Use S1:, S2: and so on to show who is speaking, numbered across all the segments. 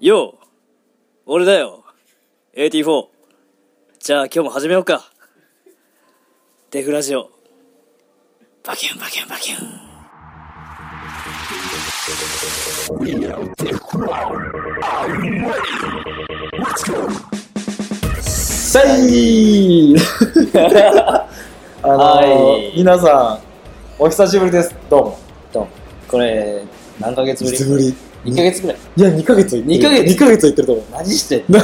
S1: よう俺だよ !AT4! じゃあ今日も始めようかデフラジオバキュンバキュンバキュン
S2: さ いあのー
S1: はい
S2: 皆さん、お久しぶりです。どうも。
S1: これ何ヶ月ぶり
S2: いつぶり
S1: 2ヶ月ぐらい
S2: いや、2ヶ月は言ってる。
S1: 二ヶ月
S2: 2ヶ月は言ってると思う。
S1: 何してんの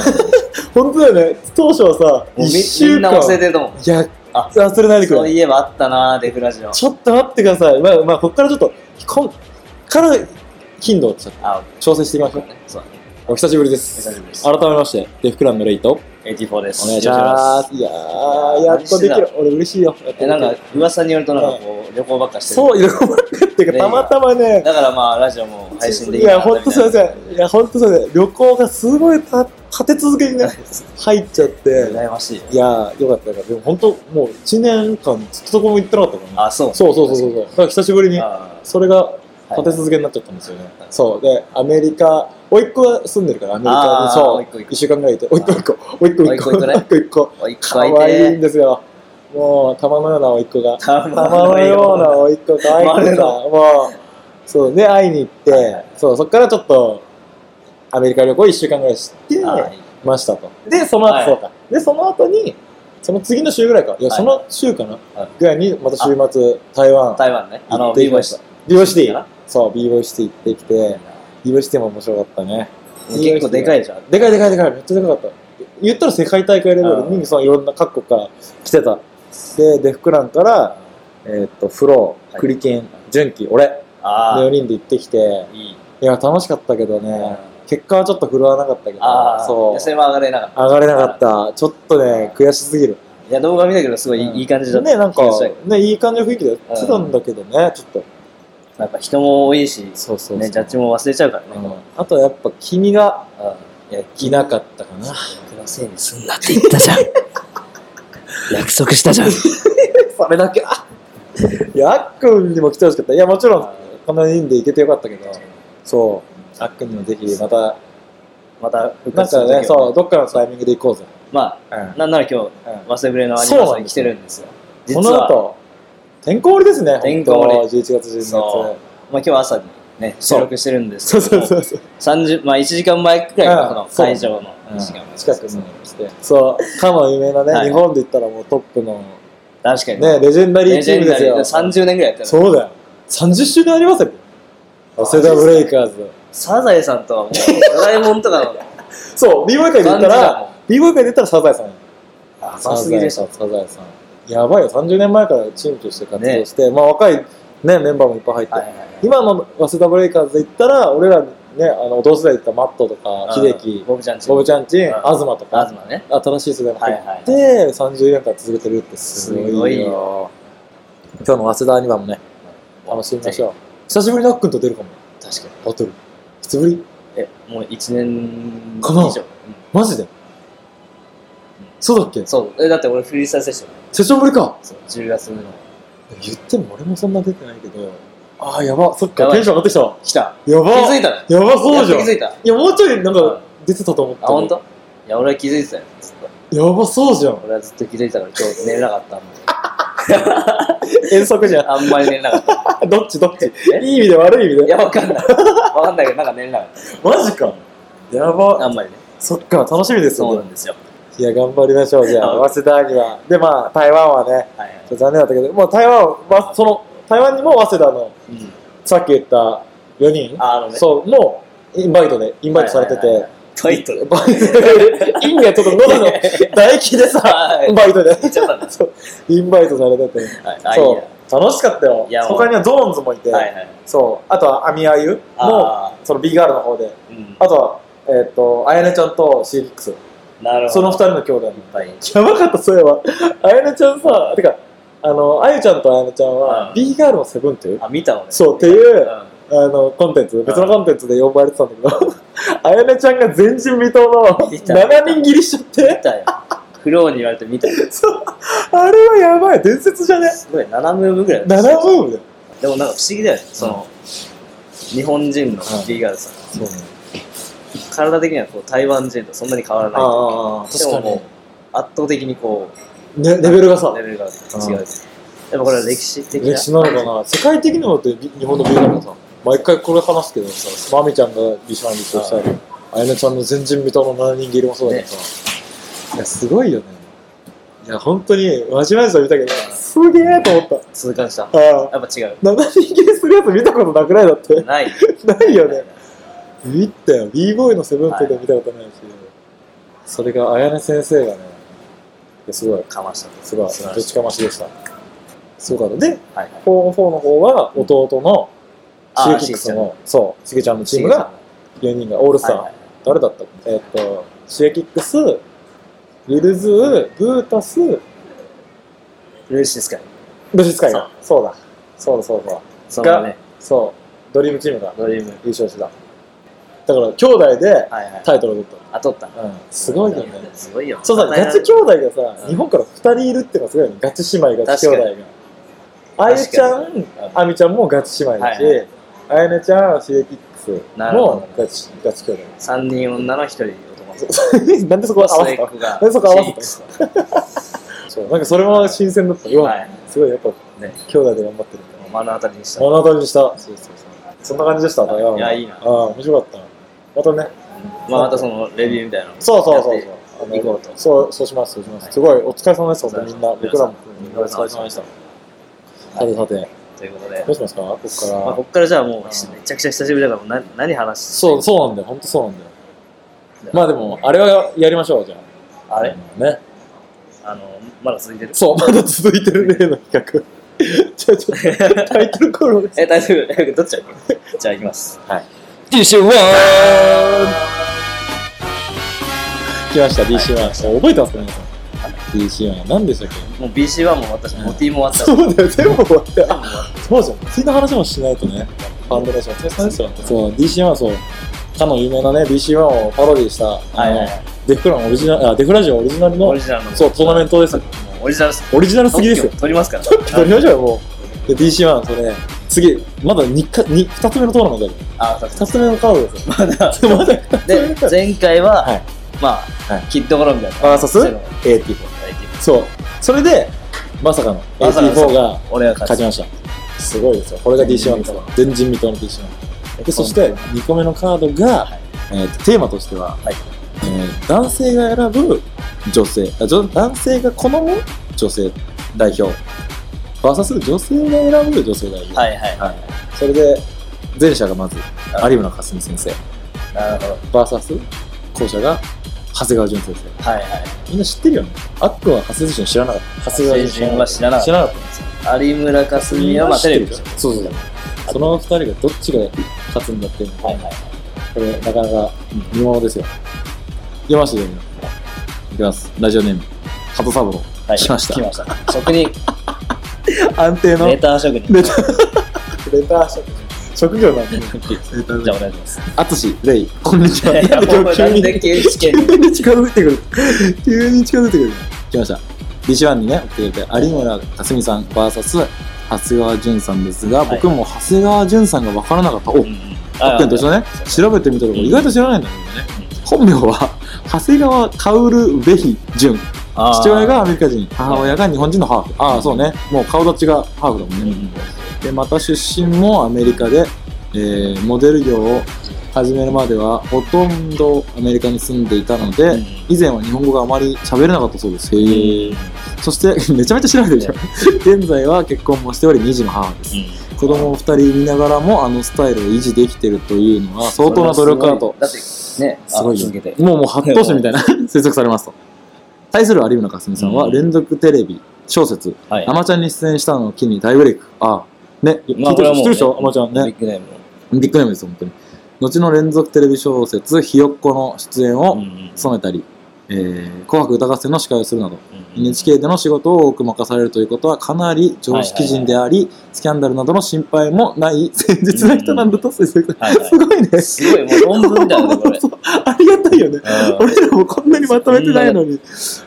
S2: 本当だよね。当初はさ、
S1: もう
S2: 1
S1: みみ
S2: 週
S1: ん
S2: 間。
S1: な忘れてると思う
S2: いや、
S1: あ
S2: 忘れないでく
S1: そう
S2: れ。
S1: いえばあったなデフラジオ
S2: ちょっと待ってください。まあ、まあ、こっからちょっと、こんから頻度をちょっと
S1: あ
S2: 調整していきましょう。
S1: そうだね
S2: お久しぶりで
S1: お久し
S2: す。
S1: ぶりです
S2: 改めまして、デフクランのレイと、
S1: 84です
S2: お願いします。いやー、やっとできる。俺嬉しいよ。やっとでき
S1: え
S2: る
S1: なんか噂によるとなんかこう旅行ばっかしてる
S2: そう、いろいろばっかっていうか、たまたまね、
S1: だからまあラジオも配信で
S2: いや、ほんとすいません。いや、ほんとすいません。旅行がすごいた立て続 けにね、入っちゃって。
S1: 羨ましいよ
S2: いやー、よかったよかった。でも本当、もう1年間ずっとどこも行ってなかったからね。
S1: あそう
S2: そうそうそうそう。だから久しぶりに、
S1: あ
S2: それが
S1: ー
S2: 立て続けになっちゃったんですよね
S1: は。い
S2: そう。で、アメリカ、おいっ子が住んでるから、アメリカ
S1: あー
S2: に、
S1: 甥
S2: そ
S1: っ子甥っ
S2: う。
S1: 子
S2: 1週間ぐらいいて、おいっ子おいっ子、おいっ子おいっ子、
S1: 甥っ子ね
S2: おいっ子おいっ子。
S1: はいおいっ子
S2: か
S1: い
S2: わいいん
S1: て
S2: ですよ。もう、玉のようなおいっ子が。
S1: た
S2: たまのような甥っ子可愛くてさ、
S1: ま
S2: もう、そうね、会いに行って、
S1: はいはい
S2: そう、そっからちょっと、アメリカ旅行1週間ぐらいして
S1: あいい
S2: ましたと。で、その後、
S1: はい
S2: そうか。で、その後に、その次の週ぐらいか。いや、
S1: はい
S2: その週かな、
S1: はい
S2: ぐらいに、また週末、台湾、
S1: 台湾ねあ
S2: 行
S1: の
S2: って
S1: ビ
S2: き
S1: ーボ
S2: ま
S1: イ
S2: し
S1: ス
S2: た。ビーボイシテ
S1: か
S2: ィ
S1: な。
S2: そう、ビーボイシティ行ってきて、ビーボイシティも面白かったね。
S1: 結構でかいじゃん
S2: でかいでかいでかい、めっちゃでかかった。言ったら世界大会レベル
S1: う
S2: に、そのいろんな各国から来てた。で、デフクランから、えーっと、フロ
S1: は
S2: ー、
S1: い
S2: クリケン、純喜、俺
S1: あ
S2: の
S1: あ
S2: 4人で行ってきて、
S1: いい
S2: いや、楽しかったけどね、結果はちょっと振るわなかったけど、
S1: ああ野
S2: そう。
S1: 生も上がれなかった
S2: 上がれなかった。ちょっとね、悔しすぎる。
S1: いや動画見たけどすごいいい
S2: うん
S1: いい感じだった
S2: ね、なんか
S1: 気がしたよ、
S2: ね、いい感じの雰囲気でやってたんだけどね、ちょっと。
S1: なんか人も多いし
S2: そうそうそう。
S1: ねジャッジも忘れちゃうからね
S2: うんあとはやっぱ君が
S1: うんいや
S2: いなかったかな。
S1: 僕のせいにすんなって言ったじゃん約束したじゃん
S2: それだけ、あいや、あっくんにも来てほしかった。いや、もちろん、この人で行けてよかったけど、そう、あっくんにもぜひ、また、
S1: また復
S2: なん
S1: 活する
S2: か
S1: 時は
S2: ね、そう、どっかのタイミングで行こうぜ。
S1: ま
S2: う
S1: あなんなら今日
S2: ん。
S1: 忘れぶれのアニバーサリー来てるんですよ実
S2: こ
S1: は
S2: の後、てんこ盛りですね、
S1: てんこ盛り
S2: 本当11月、12月。
S1: そうまあ、今日朝にね
S2: そう
S1: 収録してるんです
S2: そう
S1: けど
S2: そうそうそう。
S1: 30まあ1時間前くらいかな
S2: うん
S1: この会場の
S2: うん
S1: 時間
S2: 近く
S1: そう
S2: に来て。そう、かの有名なね、
S1: はい
S2: 日本で言ったらもうトップの、
S1: 確かに
S2: ね、レジェンダリ
S1: レ
S2: ー
S1: ジ
S2: チ
S1: ェ
S2: ー
S1: ン
S2: ム
S1: ダ
S2: で
S1: リ
S2: す
S1: ー
S2: よ。
S1: 30年ぐらいやってる
S2: そうだよ。30周年ありますよ。早稲田ブレイカーズ。
S1: サザエさんとはもうドラえもんとかの
S2: そう、b ボーイ界で言
S1: 感
S2: っ
S1: じ
S2: た
S1: だ
S2: ら、
S1: もん
S2: b ボーイ界で言ったらサザエさんよ。
S1: 甘すぎでしょ
S2: サザエさん。やばいよ、30年前からチームとして活動して、まあ若い、ね、メンバーもいっぱい入って、
S1: はいはいはい
S2: 今の早稲田ブレイカーズで言ったら、俺らね、あの同世代で言ったらマットと
S1: う
S2: か、
S1: ん
S2: 秀樹、
S1: ボブちゃんち
S2: ボブちゃんち、
S1: ん
S2: 東と
S1: 東
S2: か、
S1: ね
S2: 新しい世代も入
S1: はいはい
S2: って、30年間続けてるってすごいよ。
S1: すごいよ
S2: 今日の早稲田アニバもね、楽しみましょう。久しぶりにあっくんと出るかも、
S1: 確かに
S2: バトル。いつぶり
S1: えもう1年以
S2: かな
S1: 上
S2: マジでそうだっけ
S1: うんそうえだって俺フリースタイルセッション
S2: セッションぶりか
S1: そう10月の
S2: 言っても俺もそんな出てないけど、ああ、やば、そっ
S1: や
S2: か、
S1: ばい
S2: テンション上がってきたわ。
S1: 来た
S2: や
S1: 気
S2: ば
S1: づいたの
S2: やばそうじ
S1: や
S2: ゃ
S1: っと気
S2: ん
S1: づいた
S2: いやもうちょいなん
S1: うん
S2: か出てたと思った
S1: あ本当？いや俺は気づいてたよずっと
S2: やばそうじゃん
S1: 俺はずっと気づいてたから今日寝れなかったんで
S2: 遠足じゃ
S1: あんまり寝れなかった
S2: ん どっちどっち
S1: え
S2: いい意味で悪い意味
S1: い
S2: で
S1: やわかんないわかんないけどなんか寝れなかっ
S2: マジかや
S1: たあ
S2: ば
S1: んまりね
S2: そっか楽しみです
S1: そうな
S2: よ
S1: んですよ
S2: いや頑張りましょうじゃ
S1: は
S2: あ早稲田にはでまあ台湾はね
S1: はいはい
S2: ちょっと残念だったけどもう台湾はその台湾にも早稲田の
S1: うん
S2: さっき言った4人
S1: ああのね
S2: そうもうインバイトでインバイトされて
S1: はいはい
S2: て
S1: はいトイト ル
S2: バイトでインがちょっと喉 の唾液でさ
S1: はい
S2: バイトで
S1: 言っちゃったんです
S2: そうインバイトされてて
S1: はいあいい
S2: そう楽しかったよ
S1: いやもう
S2: 他にはゾーンズもいて、
S1: やはいはい
S2: そうあとはアミアユも
S1: あ
S2: その B ガールの方で
S1: ーうん
S2: あとはえっ、とあやねちゃんと C6
S1: なるほど
S2: その二人の兄弟
S1: いっぱい
S2: やばかったそうい えばあやねちゃんさてかあのあゆちゃんとあやねちゃん
S1: う
S2: は
S1: ん
S2: B ガールのセブンっていう
S1: あ見たわね
S2: そうって
S1: う
S2: いう、
S1: ん
S2: あのコンテンツ別のコンテンツで呼ばれてたんだけど あやねちゃんが前人未到の
S1: 見た見た
S2: 7人切りしちゃっ
S1: 見
S2: て
S1: たよフローに言われて見たよ
S2: そうあれはやばい伝説じゃね
S1: すごい7ムーブぐらい
S2: 7分だよ
S1: でもなんか不思議だよねその日本人の B ガールさん
S2: そうね
S1: 体的にはこう台湾人とそんなに変わらない
S2: ああ、
S1: で
S2: 確
S1: も
S2: か
S1: もう
S2: に。
S1: 圧倒的にこ
S2: ね、レベルがさ
S1: うレ、ベルが違うやっぱこれは歴史的な
S2: 歴史なのかな。世界的なのって日日本の美だからさ、毎回これ話すけどさ、まみちゃんが美少年としたり、あやねちゃんの前人未到の7人切りもそうだけどさ、いや、すごいよね。いや、本当に、マジマジで見たけど、すげえと思っ
S1: 痛感した
S2: た。ああ、
S1: やっぱ違う
S2: 7人切りするやつ見たことなくないだって。
S1: ない
S2: ないよね。見たよ。b ボーイのセブンテで見たことないし、それが綾音先生がね、いやすごい、
S1: かました
S2: すごい、
S1: 素晴らしい
S2: ぶちかましでした。すごかった。で、
S1: はいはい
S2: 4-4の方は弟の
S1: あー
S2: シゲキック
S1: シゲち
S2: ス
S1: ゃん
S2: の、そう、しげちゃんのチームが4人が、オールスター、
S1: はいはい
S2: 誰だったっけえーっと、シゲキックス、リルズー、ブータス、
S1: ルーシスカイ
S2: 武術会が。そうだ。そうだ、そうだ、そうだ。
S1: そのね
S2: そう、ドリームチームが
S1: ドリーム
S2: 優勝してた。だから、兄弟で
S1: はいはい
S2: タイトルを取った。
S1: あとった
S2: うんすごいよね。
S1: すごいよ
S2: そうさ、ガチ兄弟が
S1: う
S2: さ、
S1: ん
S2: 日本から2人いるってのがすごいよね。ガチ姉妹、ガチ兄弟が。あゆちゃん、あみちゃんもガチ姉妹だし
S1: はいは、
S2: あやねちゃん、シゲキックス
S1: なるほ
S2: も
S1: ど
S2: ガチ、ガチ兄
S1: 3人女の1人男
S2: 弟。 なんでそこ合わせ
S1: 末
S2: た
S1: っ
S2: なん
S1: 子が
S2: でそこ合わせた
S1: シェイク
S2: そう、なんかそれも新鮮だった。よ
S1: はい
S2: すごいやっぱ、
S1: ね
S2: 兄弟で頑張ってるんだな。
S1: 目の当たりにした
S2: 物語にした。そうそうそう。そんな感じでした、
S1: はい
S2: 台湾はい
S1: やいいな
S2: ああ、面白かった。またね、
S1: まあまたそのレビューみたいなの
S2: そうそうそう
S1: や
S2: そ
S1: っ。
S2: うあの
S1: 行こうと
S2: そう、そうします、そうします。
S1: はい
S2: すごい、お疲れ様でした、
S1: お
S2: 本当
S1: 疲れ様
S2: にみんな。僕らも、みんなお
S1: お
S2: 疲
S1: 疲
S2: れ
S1: れ
S2: 様
S1: 様
S2: で
S1: で
S2: し。
S1: したて
S2: さてさて、
S1: ということで
S2: どうしますかここか
S1: まあ、
S2: ら
S1: こ。っからじゃあもう、
S2: うん
S1: めちゃくちゃ久しぶりだからもう何何話す
S2: そう、そうなんだよ、本当そうなんだよ。まあでも、あれはやりましょう、じゃあ。
S1: あれ
S2: ね。
S1: あのまだ続いてる
S2: そう、まだ続いてる例の企画。 じゃあちょっと、タイトルコールをです。
S1: え大丈夫 えどっちだっけじゃあ行きます
S2: はい。DC1! 来ました、DC1。覚えてますか皆さん。DC1。何でしたっけ
S1: もう BC1 も終わったし
S2: うん
S1: モティも終わったし
S2: そうだよ、全部終わ った。そうじゃん、次の話もしないとね、ファンドレーション、そうですよ。そう、DC1 はそう、かの有名なね、DC1 をパロディした、
S1: は
S2: あ
S1: い
S2: の
S1: はいはい
S2: デフランオリジナル、あ、デフラジオオリジナル
S1: オ
S2: の
S1: リ、ジナルの
S2: そう、トーナメントですよ。
S1: もうオリジナルす
S2: オリジナルすぎですよ。
S1: 取り ますから
S2: 取りましょうよ、もう。で、DC1、それ、次、まだ 2, か 2, 2つ目のトーナメントだよ。
S1: あそう
S2: 2つ目のカードですよ。まだ、まだ
S1: で
S2: 2つ目
S1: 前回は、
S2: はい
S1: まあ、
S2: はい
S1: キッドコロンビア
S2: あそうっす
S1: ゼロ
S2: AT4。そう。それで、まさかの
S1: まさかの
S2: AT4 が
S1: 俺が
S2: 勝
S1: 勝
S2: ち
S1: ち
S2: ました。すごいですよ。これが DC1 ですよ。前人未到の DC1。でそして2個目のカードが、
S1: はい
S2: えーとテーマとしては、
S1: はい
S2: えー男性が選ぶ女性あ女男性が好む女性代表 VS 女性が選ぶ女性代表、
S1: はいはい
S2: はいそれで前者がまず
S1: はい
S2: 有村架純先生
S1: なるほど
S2: VS 後者が長谷川淳先生
S1: はいはい
S2: みんな知ってるよねあっくんは長谷川淳知らなかった長谷川
S1: 淳は知らなかった
S2: 知らなかった
S1: 有村架純はまあテレビでしょ
S2: そうそうそうその二人がどっちが勝つんだっていうのが
S1: はいはい
S2: これ、なかなか見ものですよ。いきますよ、ね。いきます。ラジオネーム、鳩三郎。
S1: はい
S2: 来ました
S1: 来ました職 人
S2: 安定
S1: レーター職人
S2: レター。レター職職業なんで、ね。
S1: じゃあお願いし ます
S2: あとし、レイ、こんにちは。
S1: いやも う
S2: 急
S1: なん
S2: に、
S1: で
S2: 急
S1: 急に試験に
S2: に近づいてくる。急に近づいてくる。来ました。DC1 にね、送ってくれて、有村架純さん VS 長谷川淳さんですが、
S1: はい
S2: 僕も長谷川淳さんが分からなかった。お、
S1: あ
S2: あっくんと一緒ね、調べてみたら意外と知らないんだけどね。本名は、長谷川カウル・ベヒ・ジュン。父親がアメリカ人、母親が日本人のハーフ。ああ、そうね。もう顔立ちがハーフだもんね。で、また出身もアメリカで、えーモデル業を始めるまではほとんどアメリカに住んでいたので、
S1: うん
S2: 以前は日本語があまり喋れなかったそうです。へーそして、 めちゃめちゃ調べてるじゃん。現在は結婚もしており、2児の母です。子供を2人見ながらもあのスタイルを維持できてるというのは相当な努力だと。
S1: だってね
S2: すごいよ
S1: 続けて
S2: もうもう発頭しみたいな推測されますと。対する有村架純さんは
S1: うん
S2: 連続テレビ、小説、
S1: はい
S2: アマちゃんに出演したのを機に大ブレイク。ああ、ね、聞いて
S1: まあ
S2: る
S1: これは
S2: 人知
S1: もう
S2: ってるでしょアマちゃん
S1: ビ
S2: ね。
S1: ッグネーム
S2: ビッグネームです、本当に。後の連続テレビ小説、ひよっこの出演
S1: う
S2: を
S1: ん
S2: 務めたり、えー紅白歌合戦の司会をするなど、
S1: うん
S2: NHK での仕事を多く任されるということはかなり常識人であり、スキャンダルなどの心配もない誠実な人なんだと推測。
S1: はいはい
S2: すごいね。
S1: すごいもう論文みたいなねこれ
S2: そうありがたいよね。
S1: うん
S2: 俺らもこんなにまとめてないのに。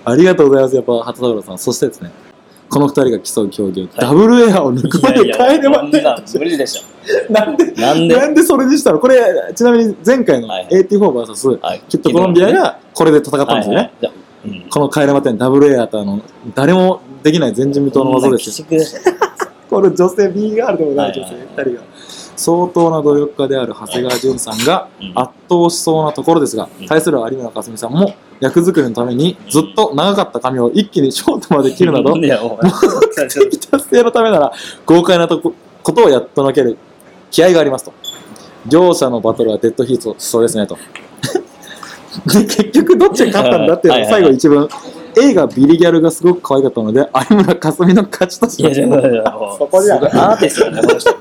S2: ありがとうございます、やっぱ、畑太郎さん。そしてですね、この二人が競う競技をダブルエアを抜くまで
S1: いや
S2: 帰
S1: い
S2: れ
S1: や、
S2: ま
S1: こ
S2: せ
S1: ん
S2: んで
S1: なん
S2: し
S1: 無理でした
S2: なんで
S1: ょ。なんで
S2: なんでそれにしたのこれちなみに前回の
S1: はい
S2: AT4VS
S1: はい
S2: きっとコロンビアがこれで戦ったんですよ
S1: はいはい
S2: ね。
S1: じゃあうん
S2: この帰れませんダブルエアとあの誰もできない前人未到の技ですよ
S1: こんな鬼畜でした
S2: この女性 B ガールでもない女性
S1: はいはい
S2: 2人が相当な努力家である長谷川潤さんが
S1: うん
S2: 圧倒しそうなところですが
S1: うん
S2: 対する有村架純さんも役作りのためにずっと長かった髪を一気にショートまで切るなど
S1: いや、もう、い
S2: 目的達成のためなら豪快なとこことをやっとのける気合がありますと両者のバトルはデッドヒートしそうですねと で結局どっちが勝ったんだっていうのが
S1: はい
S2: 最
S1: は
S2: 後
S1: い
S2: 一文 A がビリギャルがすごく可愛かったので有村架純の勝ちとし
S1: や、
S2: ま
S1: で
S2: し
S1: も、
S2: た
S1: でも
S2: そこじゃ
S1: すごいアーティストだね、この人。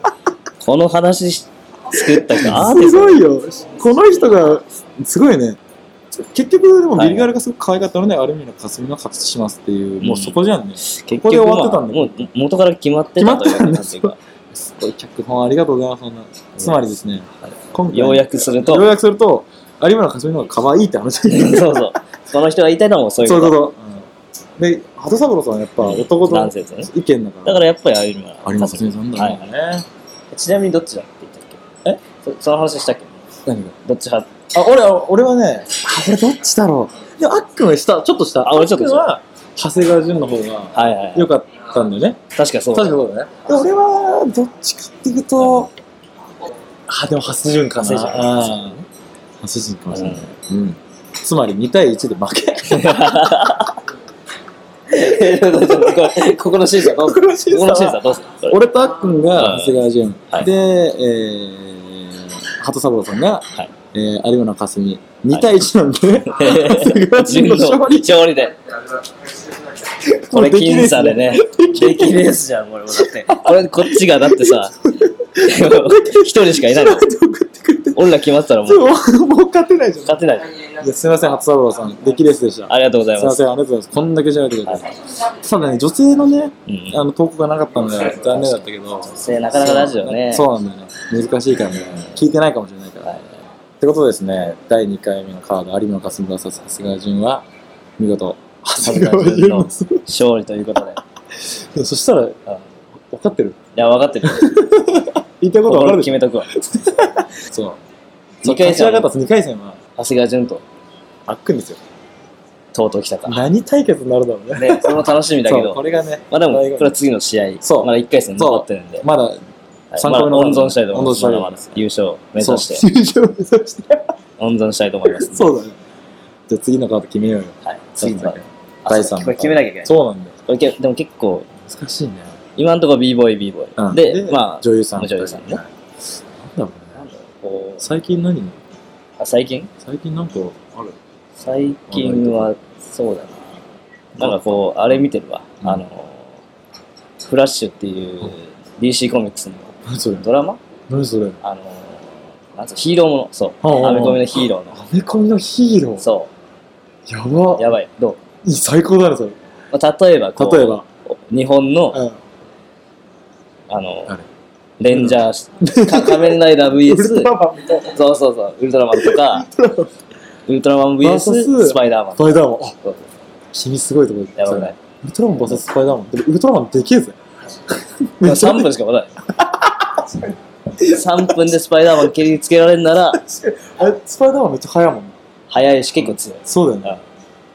S1: この話し作った人、アーティ
S2: す
S1: スト
S2: ごいよこの人がすごいね結局でもビリギャルがすごく可愛かったので、有村架純の勝ちとしますっていう、もうそこじゃんね
S1: 結
S2: ここで
S1: 局、
S2: 終
S1: ま
S2: わってた
S1: あ
S2: んだ
S1: もう元から決まってたという
S2: 決まってたんだ
S1: 形が、
S2: すごい脚本ありがとうございますそんなつまりですね
S1: はい
S2: 今回
S1: ようやくすると、
S2: 要約すると有村架純の方が可愛いって話そう
S1: そうそう。その人が言いたいのもそういう
S2: いう
S1: こ。
S2: ことと、で鳩三郎さんはやっぱ男
S1: 男
S2: の
S1: 性ですね。
S2: 意見だか
S1: だ
S2: ら
S1: からやっぱり有村。
S2: 有村架純さんだ
S1: は
S2: も
S1: い
S2: ん
S1: はい。
S2: ね、
S1: ちなみにどっちだって言ったっけえそその話したっけ
S2: 何が
S1: どっち派
S2: あ俺は俺はねあ俺どっちだろうでもあっくんは下ちょっと下
S1: あ俺ちょっと下
S2: あっくんは長谷川純の方が
S1: はいはい。
S2: 良かったんだよね
S1: 確かそう。
S2: 確かそうだねで俺はどっちかっていうとあでも初純かな
S1: 長谷純
S2: あー初純かもしれない、うん、つまり2対1で負け
S1: えちょっとちょっとこれここの審査どうするここの審査どうするこれ
S2: 俺とあっくんが
S1: はい
S2: 長谷川潤、
S1: はい
S2: で、えー、鳩三郎さんが、
S1: はい
S2: えー、有村架純2対1な んで、長谷川
S1: 自
S2: 潤
S1: 分
S2: の
S1: の
S2: 勝利
S1: 勝利で。これ僅差でね。出来レースじゃん、これもうだって。これこっちがだってさ、一人しかいないの。俺ら決まってたらもう
S2: もうもう勝てないじゃん
S1: 勝てない。
S2: いやすいません鳩三郎さん出来レースでした
S1: ありがとうござ
S2: す
S1: い
S2: いま
S1: ます。
S2: せんありがとうございますこんだけ調べてください、ただね女性のね
S1: うん
S2: あの投稿がなかったので残念だったけど
S1: せなかなかラジオね。
S2: そうなんだよね難しいからね聞いてないかもしれないから、
S1: はい
S2: ってことですね、第2回目のカード、有馬霞 VS 長谷川潤は、見事、長
S1: 谷川潤の 勝利ということで。
S2: そしたら、分かってる
S1: いや、分かってる。
S2: 言いたいこと分か
S1: 心決
S2: るでし
S1: めとくわ。
S2: ょそう。そう
S1: 二回戦は
S2: 勝ち上がった2回戦は、
S1: 長谷川潤と、
S2: あっくんですよ。
S1: とうとう来たか。
S2: 何対決になるだろうね。
S1: ね、それも楽しみだけ
S2: そうこ
S1: ど。
S2: れがね、
S1: まあでも、
S2: 醍醐味
S1: これは次の試合。
S2: そう
S1: まだ1回戦残ってるんで。
S2: まだ、
S1: はい
S2: 三
S1: ま
S2: 回
S1: だ
S2: 目の
S1: 温存したいと思いま
S2: 温存し
S1: す。
S2: たい
S1: まだまだ優勝目指
S2: そう
S1: して、
S2: 優勝目指して。
S1: 温存したいと思います。
S2: そうだね。じゃあ次のカード決めようよ。
S1: はい。
S2: 次のカード。
S1: あ
S2: 第三の
S1: これ決めなきゃいけない。
S2: そうなんだよ。
S1: これけでも結構、
S2: 難しいね。
S1: 今のところ b ボーイ b ボ
S2: う
S1: ー
S2: ん
S1: イ。で、まあ、
S2: 女優さん。
S1: 女優さんね
S2: はいな
S1: な
S2: んだろうんね。
S1: だろうこ
S2: 最近何
S1: うあ最近
S2: 最近なんかある
S1: 最近は、そうだな。なんかこう、あれ見てるわ。
S2: うん
S1: あの、フラッシュっていう
S2: うん
S1: DC コミックスの
S2: 何それ
S1: ドラマ
S2: 何それ
S1: あの、なんつうのヒーローもの。そう。
S2: おうおうおう
S1: アメコミのヒーロー
S2: アメコミのヒーロ
S1: の。
S2: ー
S1: そ
S2: や
S1: う。や
S2: ば
S1: ばい。どう
S2: いい最高だねそれ
S1: まあ例えばこう、
S2: 例えば
S1: 日本の、
S2: うん
S1: あの
S2: あれ、
S1: レンジャー、か 仮面ライダー VS、
S2: ウ
S1: そ
S2: ル
S1: う
S2: トラマンみたいな
S1: そうそう、ウルトラマンと か、ウルトラマン VS
S2: ス
S1: スパイダーマン
S2: ス。パイダーマンあ
S1: そうそう
S2: 君すごいとこ行った
S1: やばくない
S2: ウルトラマン VS スパイダーマンでもウルトラマンでけえぜめっちゃ
S1: 3分しかまだない。3分でスパイダーマン蹴りつけられるなら、
S2: あれスパイダーマンめっちゃ速いもんね
S1: 早いし結構強い。
S2: そうだよね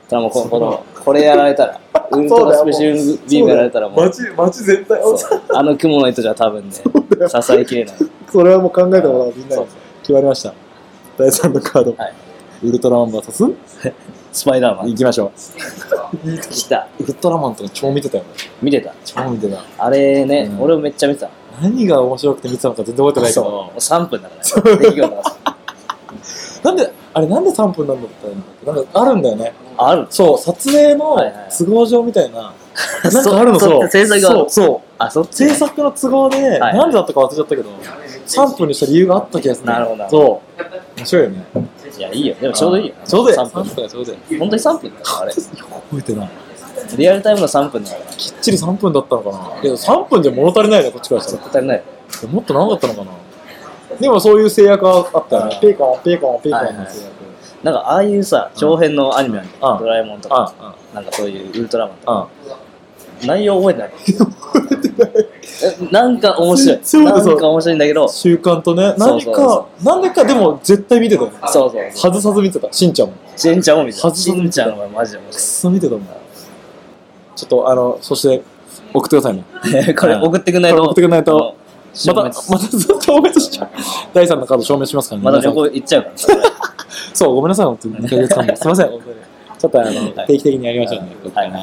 S1: ただもうこのこの、これやられ たら、ウルトラスペシウムビームやられたらもう、
S2: 街街全体を
S1: そうあの雲の糸じゃ多分ね、支えきれない。
S2: それはもう考えたことがみんな
S1: そう
S2: 決まりました第3のカード
S1: はい
S2: ウルトラマン VS
S1: スパイダーマン
S2: 行。きましょ
S1: 来た。
S2: うウルトラマンとか超見てたよね
S1: 見てた。
S2: 超見てた
S1: あれね、
S2: うん
S1: 俺もめっちゃ見てた。
S2: 何が面白くて見てたのか全然覚えてないけ
S1: そう。も
S2: ど
S1: う3分だから、ね。出来事が
S2: なんであれなんで3分なんだったんだっけなんかあるんだよね
S1: ある
S2: そう撮影の
S1: はいはい
S2: 都合上みた いな なんかあるのそう
S1: 制作があ
S2: そ
S1: る
S2: うそう
S1: あ、 そっち
S2: 制作の都合で
S1: はい
S2: なんでだったか忘れちゃったけど3分にした理由があった気がする
S1: なるほど
S2: そう面白いよね
S1: いや、いいよ。でもちょうどいいよ。
S2: ちょうどいい
S1: 3
S2: 3
S1: 分。
S2: 分がちょうどいい
S1: 本当に3分だから、あれ。
S2: 覚えてない
S1: リアルタイムの3分だから。
S2: きっちり3分だったのかないや3分じゃ物足りないねこっちからしたら
S1: 足りない。
S2: いやもっと長かったのかなでもそういう制約はあったよね
S1: うん
S2: ペーカーペーカーペーカーの制約
S1: なんか、ああいうさ、長編のアニメあるじゃん
S2: うん
S1: ドラえもんとか、
S2: あ
S1: なんかそういうウルトラマンとか、
S2: ああ
S1: 内容覚えてない。えなんか面白い。
S2: そうそう
S1: なんか面白いんだけど、そ
S2: 習慣とね、
S1: そう
S2: 何
S1: そうそ
S2: か、何でかでも絶対見てたよね。
S1: うそうそう。
S2: 外さず見てた、しんちゃんも。
S1: しんちゃんも見てた。
S2: 外
S1: し
S2: す
S1: んちゃんはマジで面
S2: くっそ見てたもん。ちょっと、あの、そして、送ってくださいね。
S1: 白い。これ送ってくんない。
S2: ことれ送ってくんないと
S1: あの。
S2: また、またずっとおめしちゃう。第3のカード証明しますからね。
S1: まだ旅
S2: 皆さん
S1: 行行っちゃうからね。
S2: そう、ごめんなさい、本当に。2ヶ月間も。すいません、本当に。ちょっと、あ
S1: はい
S2: の、定期的にやりましょうね。
S1: はい
S2: よ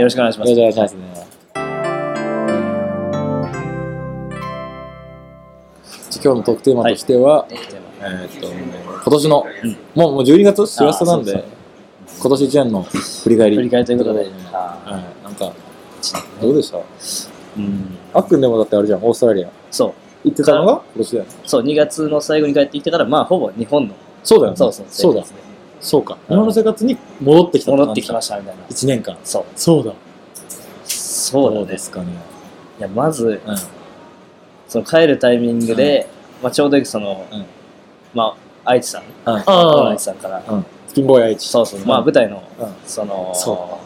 S1: よろしくお願いしま
S2: ろし
S1: す
S2: くお。願いしますね。じゃあ今日の特テーマとしては、えーっと、今年の、もうもう12月4月なんで、
S1: あーそう
S2: 今年1年の振り返り。
S1: 振り返りということで。あ
S2: はい、なんか、どうでした
S1: ーうん。
S2: あっくんでもだってあれじゃん、オーストラリア。
S1: そう。
S2: 行ってたのが今年だよね。
S1: そう、2月の最後に帰ってきてから、まあ、ほぼ日本の、
S2: そうだよね。
S1: そうそう、
S2: そうだ。
S1: 生活で
S2: そうか。日本の生活に戻ってきた
S1: 戻ってきま
S2: し
S1: したみたいな。
S2: 1年間。
S1: そう。
S2: そうだ。
S1: そうだ
S2: ど
S1: ね
S2: うですかね。
S1: いや、まず、
S2: うん。
S1: その帰るタイミングで、まあ、ちょうどその、
S2: うん
S1: まあ、愛知さん、
S2: あ
S1: 愛
S2: あ
S1: 知。さんから、
S2: うん。スキンボーイ愛知。
S1: そうそう、
S2: ん
S1: まあ、舞台の、
S2: うん
S1: その、
S2: そ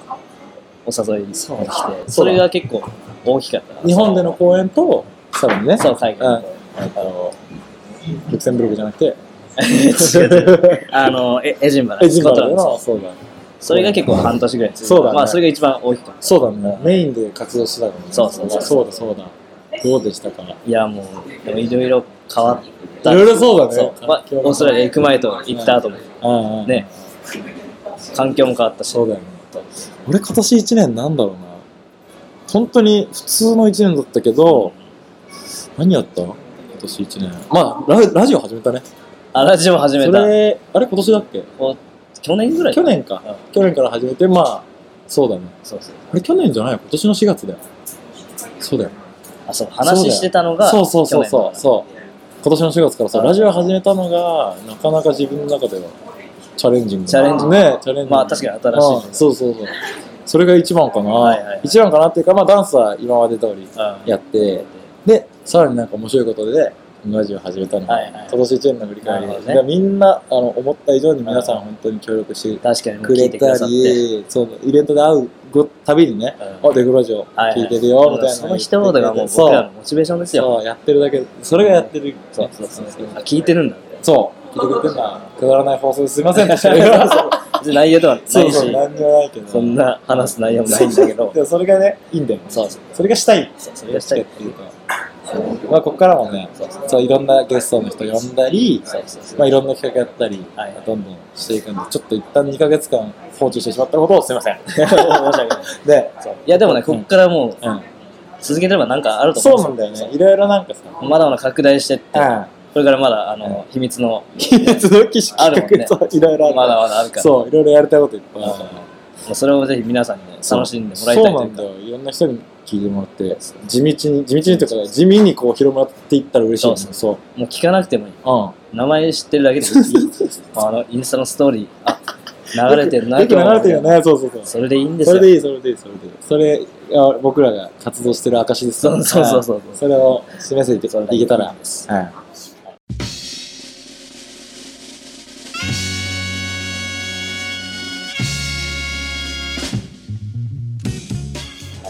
S1: お誘いに来て、
S2: だ
S1: それが結構大きかったな。
S2: 日本での公演と、さらにね、
S1: その、そう、海外で。
S2: えっと、ルクセンブルクじゃなくて、
S1: 違う違う あの、えエジンバラ、
S2: エジンバルで
S1: スコットランドそ
S2: の、
S1: う
S2: そうだね。
S1: それが結構半年ぐらい続いた
S2: そうだね
S1: まあ、それが一番大きかった。
S2: そうだね。メインで活動してたからね。
S1: そうそうそう
S2: そうだ、そうだ。どうでしたか
S1: いや、もう、でもいろいろ変わった。
S2: いろいろそうだね
S1: そうまあ、
S2: 環境が
S1: オーストラリア行く前と行った後も、
S2: ああ。
S1: ね、環境も変わったし。
S2: そうだよね。俺今年1年なんだろうな。本当に普通の1年だったけど、何やった今年1年。まあラ、ラジオ始めたね。
S1: あ、ラジオ始め
S2: そ
S1: た。
S2: れ、あれ今年だっけ
S1: お去年ぐらい
S2: 去年か。
S1: う
S2: 去年から始めて、まあ、そうだね。
S1: そうそう。
S2: あれ去年じゃない今年の4月だよ。そうだよ。
S1: あ、そう、話してたのが、
S2: そうそうそうそう。
S1: 去
S2: そう今年の4月からさ、
S1: うん
S2: ラジオ始めたのが、なかなか自分の中ではチャレンジング。
S1: チャレンジング
S2: ね、チャレンジング。
S1: まあ確かに新しいね
S2: うんそうそうそう。それが一番かな。
S1: はいはい
S2: 一番かなっていうか、まあダンスは今まで通り
S1: 年だうん
S2: やって、で、さらになんか面白いことで、ラジオ始めたのが、
S1: はいはい
S2: 今年1年の振り返り
S1: なる
S2: で
S1: ほ
S2: す、
S1: どね
S2: ね、みんなあの思った以上に皆さん本当に協力して
S1: 確かに、
S2: く
S1: 聞
S2: れ
S1: いてくだ
S2: た
S1: さって。
S2: り、そうイベントで会うごたびにね、
S1: うん
S2: あ、デグラジオ
S1: はいはい
S2: 聞いてるよ、みたいな。
S1: その一言がもう僕らのモチベーションです
S2: そう
S1: よ。
S2: そう、やってるだけ、それがやってる。
S1: そうそうそうそう。あ聞いてるんだね。
S2: そう、聞いてくれてんだ。 くだらない放送ですいませんでした。
S1: 別に内容とかないし、
S2: そうそう、何にもないけど。
S1: そんな話す内容もないんだけど。
S2: でもそれがね、いいんだよ。
S1: そうそう。
S2: それがしたい。
S1: それがしたい
S2: っていうか。まあ、ここからもね、そういろんなゲストの人呼んだり、
S1: そうそうそう
S2: まあ、いろんな企画やったり
S1: はい、
S2: どんどんしていくんで、ちょっと一旦2ヶ月間放置してしまったことをすいません。
S1: 申し訳ない。
S2: で、
S1: いや、でもね、こっからもう、
S2: うん。
S1: 続けてればなんかあると
S2: そ
S1: 思
S2: う
S1: う
S2: なん
S1: ん
S2: だよね。いろいろなんかさ、
S1: まだまだ拡大してって、
S2: うん。
S1: これからまだ、あの、秘密の、
S2: 秘密の騎士企画といろいろある。
S1: まだまだあるから。
S2: そう、いろいろやりたいこといっぱいあるから。
S1: もうそれをぜひ皆さんにね、楽しんでもらいたい
S2: そう
S1: と
S2: ないん
S1: う
S2: だ
S1: か。
S2: よ。いろんな人に聞いてもらって、地道に、地道にというかね、地味にこう広まっていったら嬉しいよね。
S1: そう
S2: そう。
S1: もう聞かなくてもいい。
S2: うん。
S1: 名前知ってるだけでい い。まああの、インスタのストーリー、あ、流れてるな、
S2: よく流れてるよ
S1: 今日も
S2: ね。そうそうそう。
S1: それでいいんです
S2: そ
S1: よ。
S2: れでいい、それでいい、それでいい。それが僕らが活動してる証ですから
S1: そうそうそうそう
S2: はいそれを示せて
S1: それでい
S2: い
S1: い
S2: けたら。
S1: です
S2: はい。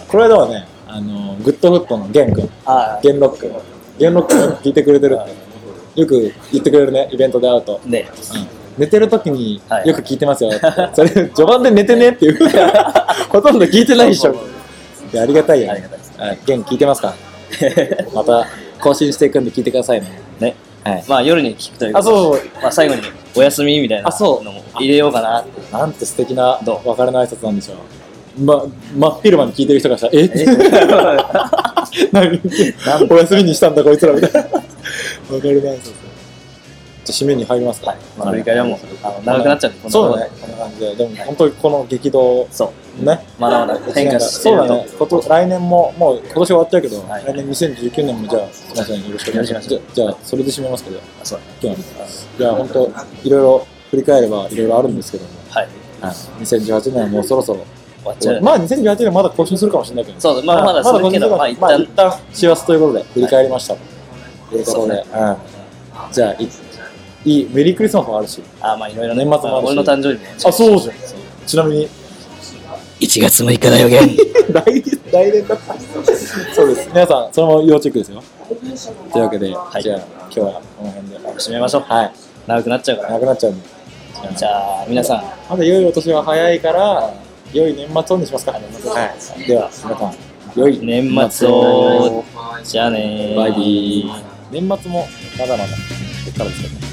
S2: この間はね、あの、グッドフットのゲン君、
S1: あ
S2: ゲンロック、ゲンロックよく聞いてくれてるって、よく言ってくれるね、イベントで会うと。
S1: あ、で、
S2: 寝てる時に
S1: はい
S2: よく聞いてますよ、それ序盤で寝てねっていう ほとんど聞いてないでしょいやありがたいよ
S1: ありがたいです
S2: はい元気聞いてますかまた更新していくんで聞いてくださいね
S1: ね。
S2: はい
S1: まあ、夜に聞くという
S2: あ
S1: ことで
S2: そう
S1: まあ、最後に、お休みみたいな
S2: あそう
S1: のも入れようかな って。
S2: なんて素敵な
S1: どう
S2: 別れの挨拶なんでしょうま真っ昼間に聞いてる人がしたらえ
S1: え
S2: 何お休みにしたんだこいつらみたいな別れの挨拶じゃあ締めに入りますか、
S1: まあ、振り返りはもう、あの長くなっちゃうんで、こんな
S2: そう
S1: こと
S2: だねこんな感じででも本当にこの激動
S1: そう。
S2: ね
S1: まだまだ変化して
S2: そう
S1: る
S2: だ
S1: と
S2: ね。こと来年も、もう今年終わっちゃうけど、
S1: はい
S2: 来年2019年もじゃあ、皆さんよろしくお願いします。
S1: よ
S2: じゃじゃあ、それで締めますけど、
S1: あそう
S2: 今日は。じゃあ、本当いろいろ振り返ればいろいろあるんですけども、
S1: はい。
S2: はい、2018年はもうそろそろ、
S1: 終わっちゃう。
S2: まあ2018年まだ更新するかもしれないけど、
S1: そう、まあ、まだするけど、まあ、
S2: はい
S1: 一
S2: まだ更
S1: 旦
S2: 新する、からまあ一旦、師走ということで、振り返りましたと。いうことで、
S1: そう
S2: うんじゃあい、いい、メリークリスマスもあるし、
S1: あ、まあ、いろいろ
S2: 年末もあるし
S1: 俺の誕生日も。
S2: あ、そうじゃん。ちなみに、
S1: 1月6日だよ、ゲン。
S2: 来月来年だった。そうです。皆さん、そのまま要チェックですよ。というわけで、
S1: い
S2: じゃあ、今日はこの辺で。
S1: 締めましょう。
S2: はい。
S1: 長くなっちゃうから。
S2: なくなっちゃうんで。
S1: じゃあ、皆さん、
S2: まだ良いお年は早いから、良い年末をにしますか。はい。では、皆さん、良い
S1: 年末を。じゃあねー。
S2: バイビー。年末もまだまだ、こっからですけどね。